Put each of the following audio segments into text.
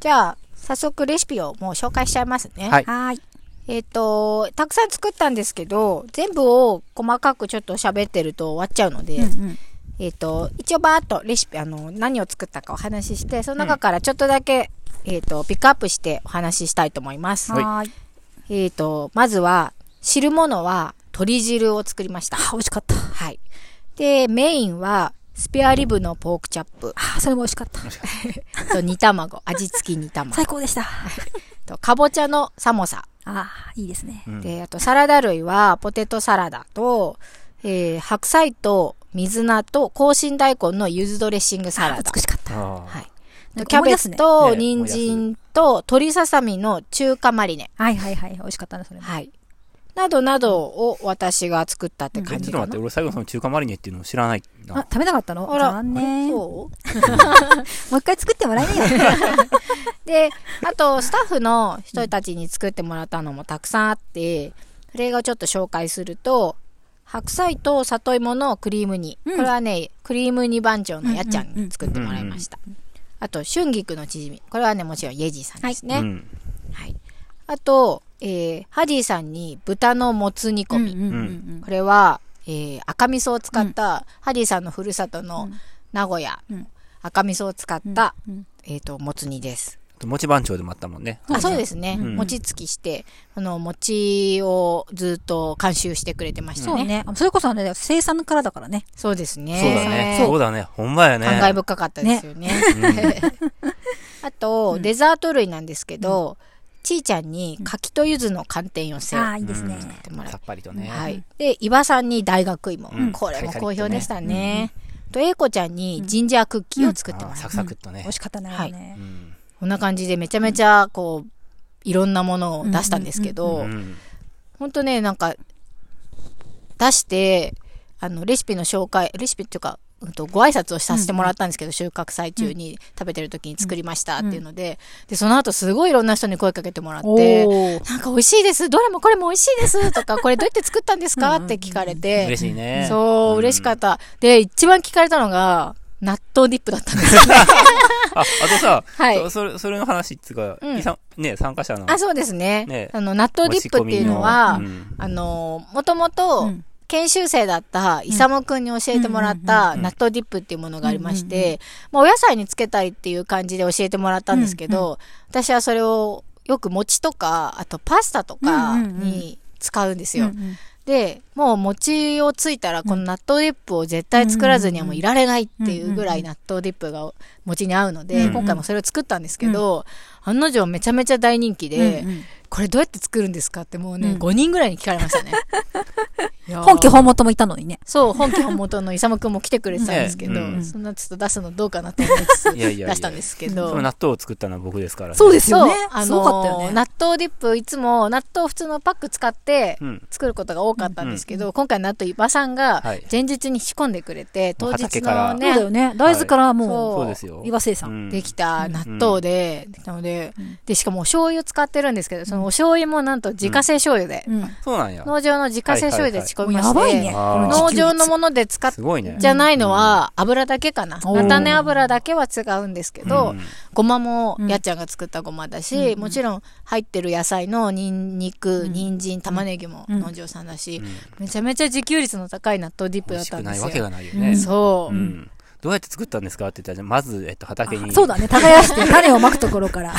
じゃあ、早速レシピをもう紹介しちゃいますね。はいはーい。えっ、と、たくさん作ったんですけど、全部を細かくちょっと喋ってると終わっちゃうので、うんうん。えっ、と、一応バーっとレシピ、あの、何を作ったかお話しして、その中からちょっとだけ、えっ、と、ピックアップしてお話ししたいと思います。はいはーい。えっ、と、まずは、汁物は鶏汁を作りました。あ、美味しかった。はい。で、メインは、スペアリブのポークチャップあ、それも美味しかった。と煮卵、味付き煮卵最高でした。と、かぼちゃのサモサ。あ、いいですね。うんで、あとサラダ類はポテトサラダと、えー白菜と水菜と香辛大根の柚子ドレッシングサラダ。美しかった。あはーい。なんキかャ思いベ出すツね。とね人参と鶏ささみの中華マリネ。はいはいはい。美味しかったね、それも。はい。などなどを私が作ったって感じちょっとか待って、な。俺最後の中華マリネっていうの知らないあ、な。食べなかったのあら残念。もそうう一回作ってもら えないよ。で、あとスタッフの人たちに作ってもらったのもたくさんあって、それをちょっと紹介すると、白菜と里芋のクリーム煮。うんこれはね、クリーム煮番長のやっちゃんに作ってもらいました。あと、春菊のチヂミ。これはね、もちろんイェジーさんですね。うはい。ん。あと、えー、ハディさんに豚のもつ煮込み。うんうんうんこれは、えー、赤味噌を使った、ハディさんのふるさとの名古屋、うん赤味噌を使っうんた、うんえっ、と、もつ煮です。あと餅番長でもあったもんね。あそうですね、うん餅つきしてあの餅をずっと監修してくれてましたそうね、ね。あそれこそあれだよ生産からだからね。そうですねそうだね。そうだね。ほんまやね。感慨深かったですよね あと、デザート類なんですけど、ちいちゃんに柿と柚子の寒天寄せをあやあ、いいですね。ってもらさっう、ぱりとね。はい、で伊庭さんに大学芋、うんこれも好評でしたね、と英子ちゃんにジンジャークッキーを作ってもあーらサう、クサクっとね美味。しかったね。はいあれねうんこんな感じでめちゃめちゃこういろんなものを出したんですけど、うんほんとね、なんか、出して、あの、レシピの紹介、レシピっていうか、うんと、ご挨拶をさせてもらったんですけど、収穫祭中に食べてる時に作りましたっていうので、で、その後すごいいろんな人に声かけてもらって、おーなんか美味しいです、どれもこれも美味しいですとか、これどうやって作ったんですかって聞かれて嬉、しいね。そう、嬉しかっった。で、一番聞かれたのが、納豆ディップだったん ですよ。た。あ、あとさ、はいそそれ、それの話っつうかうん、いさね、参加者の。あ、そうですね。ねあの、納豆ディップっていうのは、あの、もともうとん、研修生だった、イサムくんに教えてもらった、納豆ディップっていうものがありましうんうんて、まあ、お野菜につけたいっていう感じで教えてもらったんですけど、私はそれをよく餅とか、あとパスタとかうんうんうんに使うんですうんよ。うんで、もう餅をついたら、この納豆ディップを絶対作らずにはもういられないっていうぐらい納豆ディップが餅に合うので、うん今回もそれを作ったんですけど、案の定めちゃめちゃ大人気で、うんうんこれどうやって作るんですかってもうね、うん5人ぐらいに聞かれました ね。いやー本家本元もいたのにね。そう、本家本元の勇くんも来てくれてたんですけど、ねうんそんなちょっと出すのどうかなと思いつつ いやいやいや出したんですけど。その納豆を作ったのは僕ですからね。そうですよねそうあのーすごかったよね納豆ディップ、いつも納豆普通のパック使ってうん作ることが多かったんですけど、今回納豆伊庭さんがはい前日に仕込んでくれて、当日畑かのらそうだよね、ね。大豆からそもそうですよう、。岩生さん。うんできた納豆で、なので、で、しかもお醤油使ってるんですけど、そのお醤油もなんと自家製醤油で、うんそうなんや。農場の自家製醤油で仕込みまして、もうやばいね。あー農場のもので使っすごいね。じゃないのは油だけかな。おー菜種油だけは違うんですけど、うんごまもやっちゃんが作ったごまだし、もちろん入ってる野菜のニンニク、人参、玉ねぎも農場さんだし、めちゃめちゃ自給率の高い納豆ディップ美だっ味したくんでないすわけよ。がないよね。そうう。ん。どうやって作ったんですかって言ったらじゃあ、まず、えっと、畑に。そうだね。耕 して種をまくところから。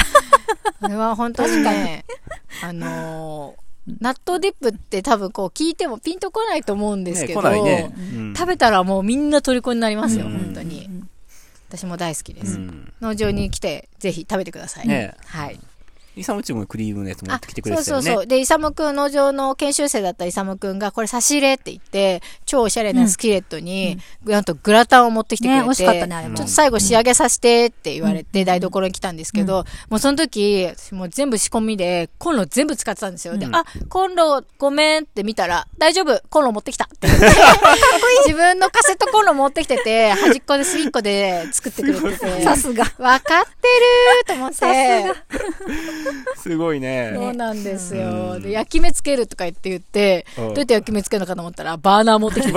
これは本当にね、あのー納豆ディップって多分こう聞いてもピンとこないと思うんですね、けど、来ないね。うん食べたらもうみんな虜になりますよ、うん本当に。私も大好きです。うん農場に来て、ぜひ食べてください。ねはい。イサムチもクリームのやつ持あってきてくれそうてたそようね。そう。で、イサムくん、農場の研修生だったイサムくんが、これ差し入れって言って、超おしゃれなスキレットに、なんとグラタンを持ってきてくれて、ね美味しかったねあちれょもっと最後仕上げさせてって言われて、台所に来たんですけど、もうその時、私もう全部仕込みで、コンロ全部使ってたんですよ。で、あ、コンロごめんって見たら、大丈夫コンロ持ってきた って言って自分のカセットコンロ持ってきてて、端っこで隅っこで作ってくれてて。さすが。わかってるーと思って。すごいね。そうなんですよ。うんで、焼き目つけるとか言って言って、うどんうやって焼き目つけるのかと思ったら、バーナー持ってきて、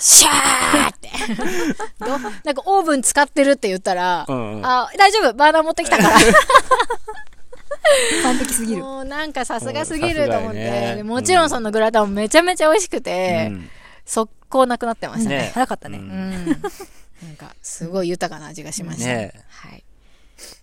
シャーって。どなんかオーブン使ってるって言ったら、うんうんあ、大丈夫、バーナー持ってきたから。完璧すぎる。もうなんかさすがすぎうるんと思っさすがやて、ねでもちろんそのグラタンもめちゃめちゃ美味しくて、うん速攻なくなってましたね。ね早かったね。ううんん。なんか、すごい豊かな味がしました。ねはい。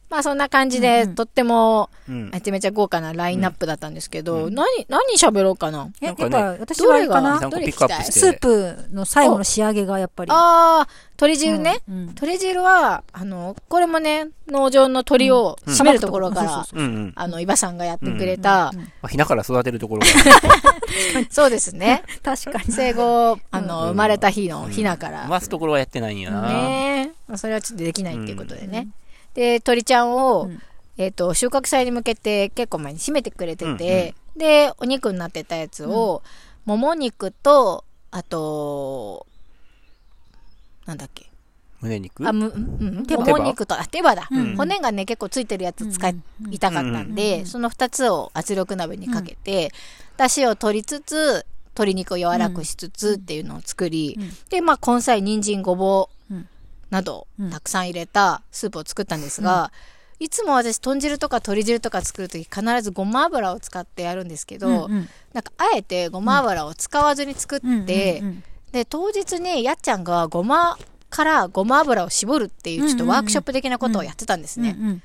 まあそんな感じで、うんうんとっても、うんめちゃめちゃ豪華なラインナップだったんですけど、うんうん何、何喋ろうかな。え、やなっんかぱね私はあれか二あな三個どれピ聞ッきクたアいップして。スープの最後の仕上げがやっぱり。ああ、鶏うん、汁ね。うん。鶏汁は、あの、これもね、農場の鶏をうん締めるところから、そうそうそううんうん。あの、伊庭さんがやってくれた、うんうんまあひなから育てると ころが。そうですね。確かに。生後、あうんの、生まれた日のひなかうんら。回すところはやってないんやな。ねえ。それはちょっとできないっていうことでね。で、鳥ちゃんを、うんえっ、と、収穫祭に向けて結構前に締めてくれてて、で、お肉になってたやつを、もも肉と、あと、なんだっけ。胸肉あ、む、うん、うん手羽もも肉と、あ、手羽だ。うん骨がね、結構ついてるやつ使いうんたかったんうで、んその二つを圧力鍋にかけて、出汁を取りつつ、鶏肉を柔らくしつつっていうのを作り、うんで、まあ、根菜、人参、ごぼううんなどう、んたくさん入れたスープを作ったんですが、いつも私、豚汁とか鶏汁とか作るとき、必ずごま油を使ってやるんですけど、うんうんなんか、あえてごま油を使わずに作って、うんうんうんで当日にやっちゃんがごまからごま油を絞るっていうちょっとワークショップ的なことをやってたんですね、うんうん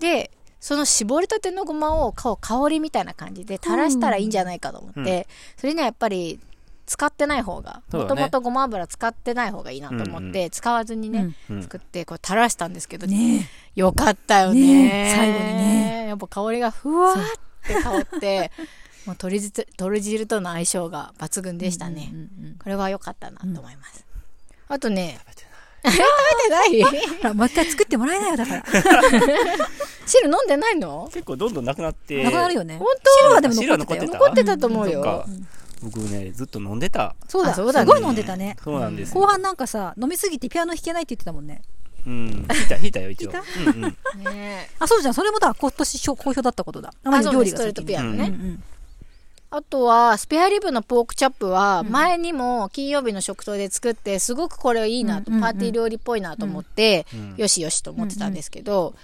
でその絞りたてのごまをこう香りみたいな感じで垂らしたらいいんじゃないかと思って、うんそれにはやっぱり使ってない方がそうもだとねもとごま油使ってない方がいいなと思って、うん使わずにね、うんうん作ってこう垂らしたんですけど、ねよかったよねねえ最後にねやっぱ香りがふわーって香って もう鶏汁鶏汁との相性が抜群でしたね、うんうんうんこれは良かったなと思います。あとね、 食べてないほら、もう一回作ってもらえないよ、だから。汁飲んでないの結構どんどんなくなって。なくなるよね。本汁汁ははでもでも残っ残たよっててたよ。当残ってたと思うそっかよ。僕ね、ずっと飲んでた。そうだ、あそうだ、すごい飲んでたね。そうなんですよ後半なんかさ、飲みすぎてピアノ弾けないって言ってたもんね。うん。引いた、引いたよ、一応。引いうんうん。ねあ、そうじゃん。それもだ、今年しょ好評だったことだ。ああそうねスがトレートピアノねうんうんあとは、スペアリブのポークチャップは、前にも金曜日の食堂で作って、すごくこれいいなと、うんうんうんパーティー料理っぽいなと思って、 うんよしよしと思ってたんですけど、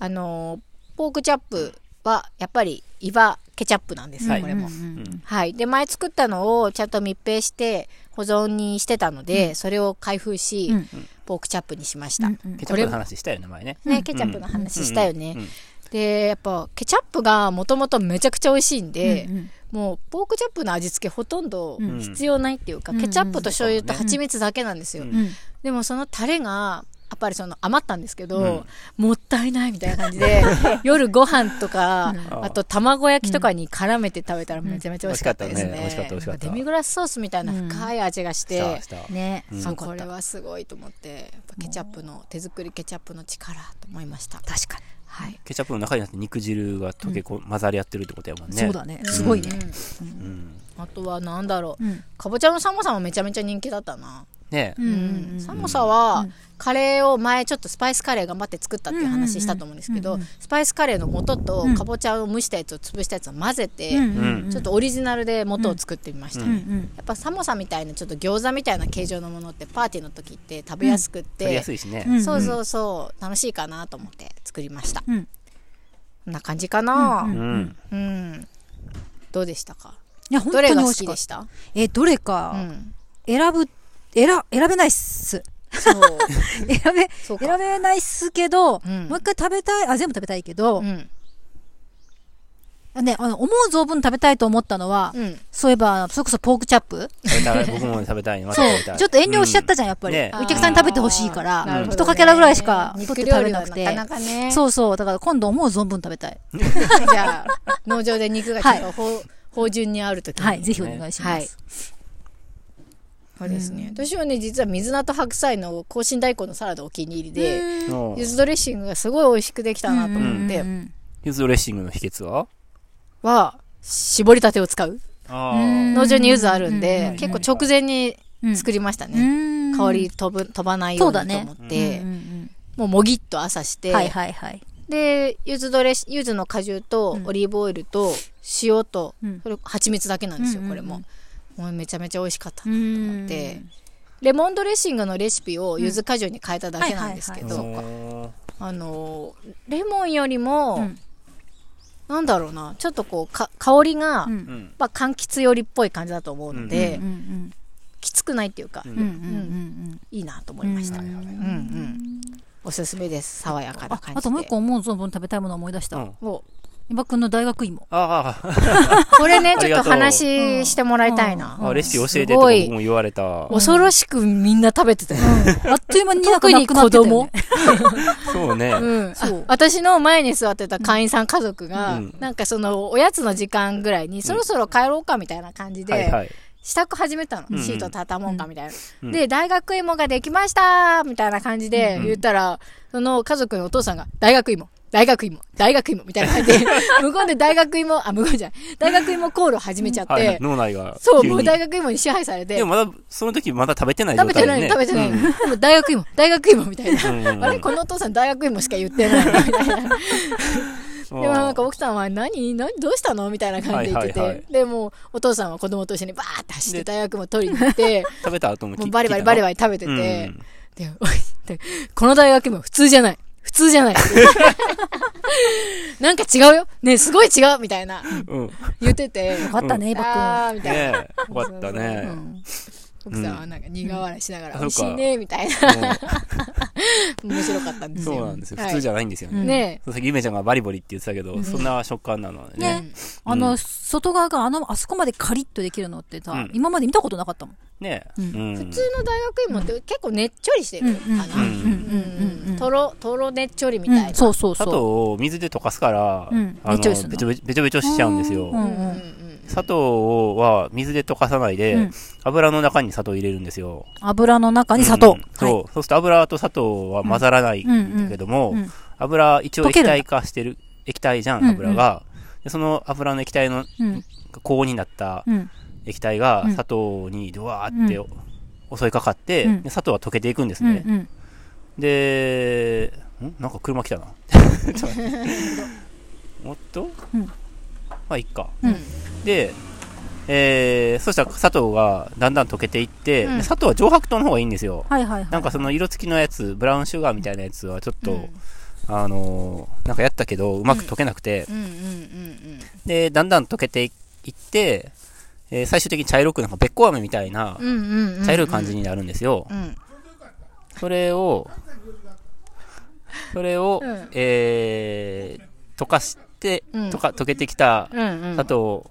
あのー、ポークチャップは、やっぱり、イバケチャップなんですよ、これも。うんうんうんはい。で、前作ったのをちゃんと密閉して保存にしてたので、それを開封し、うんポークチャップにしました。うんうんケチャップの話したよね、前ね。ね、ケチャップの話したよね。うんうんで、やっぱケチャップがもともとめちゃくちゃ美味しいんで、うんうんもうポークチャップの味付けほとんどうん必要ないっていうか、うんケチャップと醤油とうん蜂蜜だけなんですよ。うんうんでもそのタレが、やっぱりその余ったんですけど、うんもったいないみたいな感じ で、夜ご飯とか、うんあと卵焼きとかに絡めて食べたらめちゃめちゃ美味しかったですね。うん美味しかったね美味しかった美味しかったデミグラスソースみたいな深い味がし、してた、した。ねうんすあごかこっれた。はすごいと思って、やっぱケチャップの、手作りケチャップの力と思いました。確かはい。ケチャップの中にあって肉汁が溶けこ、混ざり合ってるってことやもんに。ね。そうだね。すごいね。うんうん。あとはなんだろう、うんかぼちゃのサモサもめちゃめちゃ人気だったな。ねうんうんうんサモサは、うんカレーを前ちょっとスパイスカレー頑張って作ったっていう話したと思うんですけど、うんうんうんスパイスカレーの素とうんかぼちゃを蒸したやつを潰したやつを混ぜて、うんうんうんちょっとオリジナルで元を作ってみましたね、うんうんやっぱサモサみたいなちょっと餃子みたいな形状のものってパーティーの時って食べやすくっ取りてや、すいしね。うんそうそうそう楽しいかなと思って作りましたこうんんな感じかなうん。うんうん、どうでしたかいや、本どれ当に美が好味しきかっでたしたえ、どれうか、ん選ぶ、選、選べないっす。そう選べ、そう か選べないっすけど、うんもう一回食べたい、あ、全部食べたいけどう、んね、あの、思う存分食べたいと思ったのは、うんそういえば、それこそポークチャップ食べたい僕も食べたいね。またそう食べたい。ちょっと遠慮しちゃったじゃん、やっぱり。ねお客さんに食べてほしいかあーなるら、ほどね一かけらぐらいしか取っ肉て料食べ理はななくかて。なかねそうそう、だから今度思う存分食べたい。じゃあ農場で肉がちょっとほう芳醇にある時にはい、ぜひお願いしはまいす。そうですね私はね実は水菜と白菜の香辛大根のサラダお気に入りででうんゆずドレッシングがすごい美味しくできたなと思って、ゆずドレッシングの秘訣はは絞りたてを使うあうん農場に柚子あるんで、うんうん結構直前に作りましたね、香香り飛ぶ飛ばないようにと思っそうだて、ねうんうんうんもうもぎっと朝して、はいはいはい。で、柚子ドレッ柚子の果汁とうんオリーブオイルと塩と、うんそれ蜂蜜だけなんですよ、うんうんこうれんも。もうめちゃめちゃ美味しかった。うんでレモンドレッシングのレシピを柚子果汁に変えただけなんですけうんど、そうあのー、レモンよりも、うんなんだろうな、ちょっとこう、か香りが、うやっか。うんん。ぱ柑橘寄りっぽい感じだと思うので、うんうんきつくないっていうか、うんうんうんうんいいなと思いました。うんうんうん。おすすめです。爽やかな感あじで。あともう一個思う存分食べたいものを思い出しうたんお伊庭くんの大学芋ああこれね 、あちりょっがととう話してもらいたいな。うんあ、レシピ教えてすとごかい僕も言われた。恐ろしくみんな食べてたよ。あっという間になく特なにくな子ってたよね供。そうね。うん。あそう私の前に座ってた会員さん家族が、うんなんかその、おやつの時間ぐらいに、そろそろ帰ろうかみたいな感じで、はいはい。支度始めたの、うんシート畳もうかみたいな、うんで大学芋ができましたみたいな感じでうん言ったら、その家族のお父さんが大学芋大学芋大学芋みたいな感 じで向こうで大学芋あ向こうじゃない大学芋コールを始めちゃって、はいはい脳内が。そう急にもう大学芋に支配されてでもまだ、その時まだ食べてない食状べて態ないでのね。食べてないの、うんでも大学芋大学芋みたいな、うんうんうんあれこのお父さん大学芋しか言って ないのみたいなでもなんか奥さんは何何どうしたのみたいな感じで言ってて、はいはいはいでもうお父さんは子供と一緒にバーって走って大学芋取りに行 って食べた後ももうバリバリバリバリリ食べてて、で、おいでこの大学も普通じゃない。普通じゃ ない。なんか違うよ。ねえすごい違うみたいな。うん。うん言ってて。よかったね伊庭あーみたいな。ねえ、よかったくんうね。ん奥さんはなんか苦笑いしながら、うん美味しいね、みたいな。面白かったんでうんすそよ。うなんですよ。はい普通じゃないんですよね。ねそうさっきゆめちゃんがバリバリって言ってたけど、そんな食感なのはえ。ね。うんあうのん外側があのあそこまでカリッとできるのってうさん今まで見たことなかったもんねえ。ううんん普通の大学芋って結構ねっちょりしてるかな。うんうんうんとろろ、とろねっちょりみたいな。そうそうそ砂う糖を水で溶かすから、うんあのべべちちょょべちょすんのべちょべちょべちょしちゃうんですうよ。んうんうんうん砂糖は水で溶かさないで、うん油の中に砂糖入れるんですよ。油の中に砂糖うんそう、そうすると油と砂糖は混ざらないんだけども、うんうんうんうん油一応溶液けるんだ体化してる、液体じゃ、うんんうん油が。でその油の液体のうん高温になったうん液体がうん砂糖にドワーって、う襲いかかって、うんで砂糖は溶けていくんですうんうね。んで、んなんか車来た な。ちょっと待っておっと、うんまあ、いっか。うんで、えー、そしたら砂糖がだんだん溶けていって、うんで砂糖は上白糖の方がいいんですよ。はいはいはないんかその色付きのやつ、ブラウンシュガーみたいなやつはちょっと、うんあのーなんかやったけど、うまく溶けなくて、うんうんうんで、だんだん溶けていって、えー最終的に茶色くなんかべっこ飴みたいなうん。、うんうんうん。茶色い感じになるんですよ。うん。それを、それを、うんえー、溶かして、うん溶か、溶けてきたうんうん。砂糖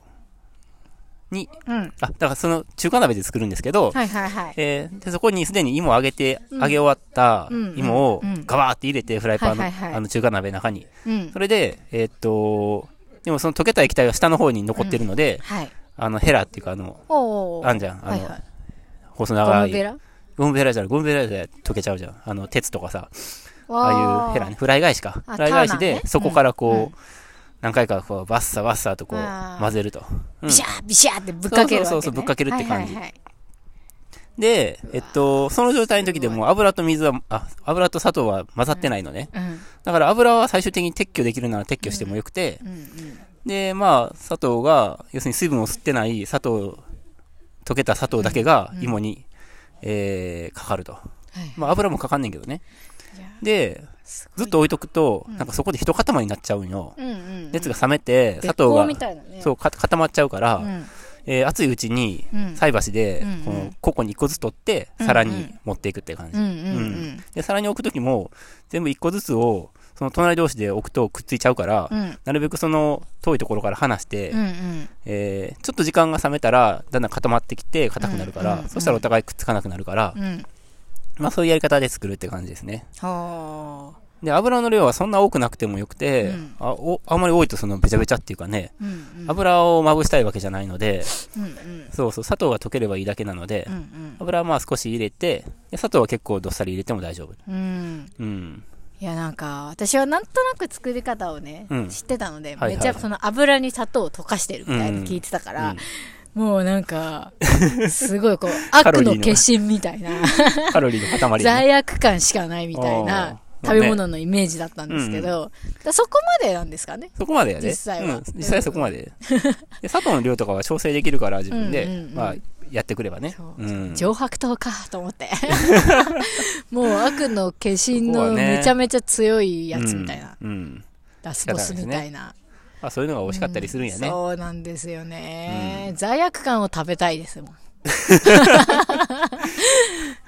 に、うん。あ、だからその中華鍋で作るんですけど、はいはいはい。えーでそこにすでに芋を揚げて、うん揚げ終わったうん芋をうんガバーって入れて、フライパンの,、はいはいはいあの中華鍋の中に。うんそ。れで、えーっと、でもその溶けた液体が下の方に残ってるので、はい。あのヘラっていうか、あの、おーあんじゃん、あの、はいはい。細ゴ長ムい。ベラゴムベラじゃない、ゴムベラじゃ溶けちゃうじゃん。あの、鉄とかさ、ああいうヘラね、フライ返しか。あフライ返しターナーでね、そこからこう、うんうん何回かこう、バッサバッサとこあーう、混ぜると。うんビシャービシャーってぶっかけるわけ、ね、そうそうそうぶっかけるって感じはいはいはいで、えっと、その状態の時でも油と水は、あ、油と砂糖は混ざってないのね。うんだから油は最終的に撤去できるなら撤去してもよくて、うんうんで、まあ、砂糖が、要するに水分を吸ってない砂糖、溶けた砂糖だけが芋に、えー、かかると。はいまあ、油もかかんねんけどねいや。で、すごずいっと置いとくと、なんかそこで一塊になっちゃうんよ。うんうんうん熱が冷めて、砂別糖光が、みたいなねそう、か固まっちゃうから、うんえー熱いうちにうん、菜箸でうん、こうのん、ココに一個ずつ取って、うん皿に持っていくっていう感じうんう。んうんで、皿に置くときも、全部一個ずつを、その隣同士で置くとくっついちゃうから、うんうんなるべくその遠いところから離して、うんうんえーちょっと時間が冷めたら、だんだん固まってきて硬くなるから、うんうんうんそしたらお互いくっつかなくなるから、うんまあそういうやり方で作るって感じですね。はで、油の量はそんな多くなくてもよくて、うんあおあんまり多いとそのべちゃべちゃっていうかね、あうん油をまぶしたいわけじゃないので、うんうんそうそう、砂糖が溶ければいいだけなので、うんうん油はまあ少し入れて、で砂糖は結構どっさり入れても大丈夫。うん うん。いやなんか私はなんとなく作り方をね、うん知ってたので、はいはいめっちゃその油に砂糖を溶かしてるみたいに聞いてたから、もうなん かすごいこうカ悪ロリーのの化身みたいなカロリーの塊、ね。罪悪感しかないみたいな食べ物のイメージだったんですけど、だそこまでなんですかね。そこまでやで。実際はうん、実際そこまで。で佐藤の量とかは調整できるから自分で、うんうんうんまあ、やってくればねそ。ううん。上白糖かと思 って。もう悪の化身そこはのねめちゃめちゃ強いやつみたいな。うん。うんラスボスみたいな。まあ、そういうのが美味しかったりするんやね。そうなんですよね、罪悪感を食べたいですも ん。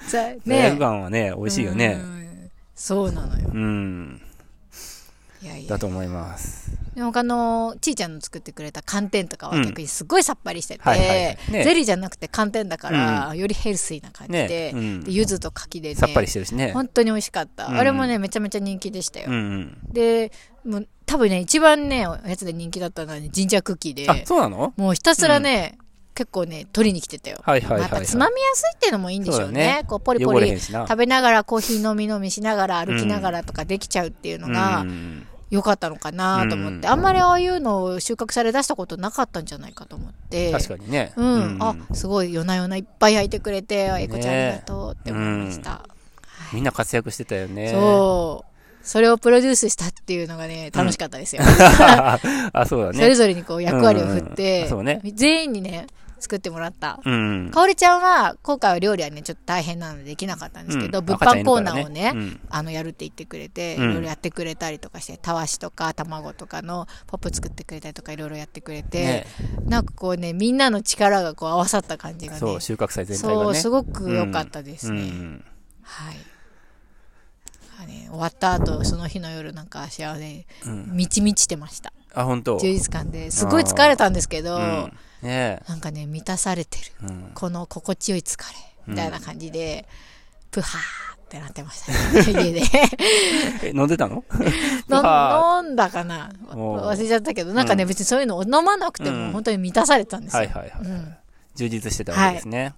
罪罪悪ね感はね、美味しいよねう。んそうなのよ。うん。いやいやだ。と思います。でも他のちーちゃんの作ってくれた寒天とかは逆にすごいさっぱりしてて、はいはいはいねゼリーじゃなくて寒天だから、よりヘルシーな感じで,、ねうんで柚子と柿でねさっぱりしてるしね。本当に美味しかった、うんあれもねめちゃめちゃ人気でしたよ、うんうん。でもう多分ね一番ねおやつで人気だったのは、ね、ジンジャークッキーであ、そうなのもうひたすらね、結構ね取りに来てたよ、はいはいまあはやいっはぱい。つまみやすいっていうのもいいんでしょうそうねだよねこうポリポ汚れへリんしな食べながらコーヒー飲み飲みしながら歩きながらとかできちゃうっていうのが、うん良かったのかなと思って、うんあんまりああいうのを収穫され出したことなかったんじゃないかと思って確かにね。うん、あすごい夜な夜ないっぱい焼いてくれてエコちゃんありがとうって思いました、みんな活躍してたよね。そうそれをプロデュースしたっていうのがね楽しかったですよ、 あ、そうだそれね。ぞれにこう役割を振って、うんそうね全員にね作ってもらった、うん。かおりちゃんは今回は料理はねちょっと大変なのでできなかったんですけど、物販コーナーをね、うんあのやるって言ってくれて、うんいろいろやってくれたりとかしてたわしとか卵とかのポップ作ってくれたりとかいろいろやってくれて、ねなんかこうねみんなの力がこう合わさった感じがねそう、収穫祭全体そがうね。すごく良かったですね、うんうんはいなんかね終わった後その日の夜なんか足はねうん満ち満ちてましたあ、本当。充実感ですごい疲れたんですけど、うんねなんかね満たされてるえ。うんこの心地よい疲れみたいな感じで、プハーってなってました、ね、家 でえ飲んで たの は飲ん飲んだかなおう忘れちゃったけどなんかね、別にそういうのを飲まなくてうもん本当に満たされてたんでいすよ、はいはい。うん、充実してたわけですね。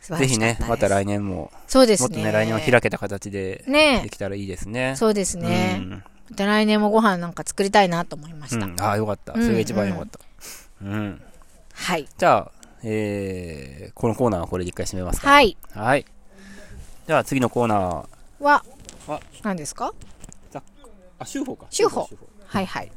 素晴らぜひしかったでねす、また来年も、そうですもねっとね、来年は開けた形でねできたらいいですね。そうですね、また来年もご飯なんか作りたいなと思いまうしん。た、うんああ、よかった。それが一番よかった。うん。はいじゃあ、えー、このコーナーはこれで一回締めますか。はいはい。じゃあ次のコーナー。はは何ですかあ、修法か。修法はいはい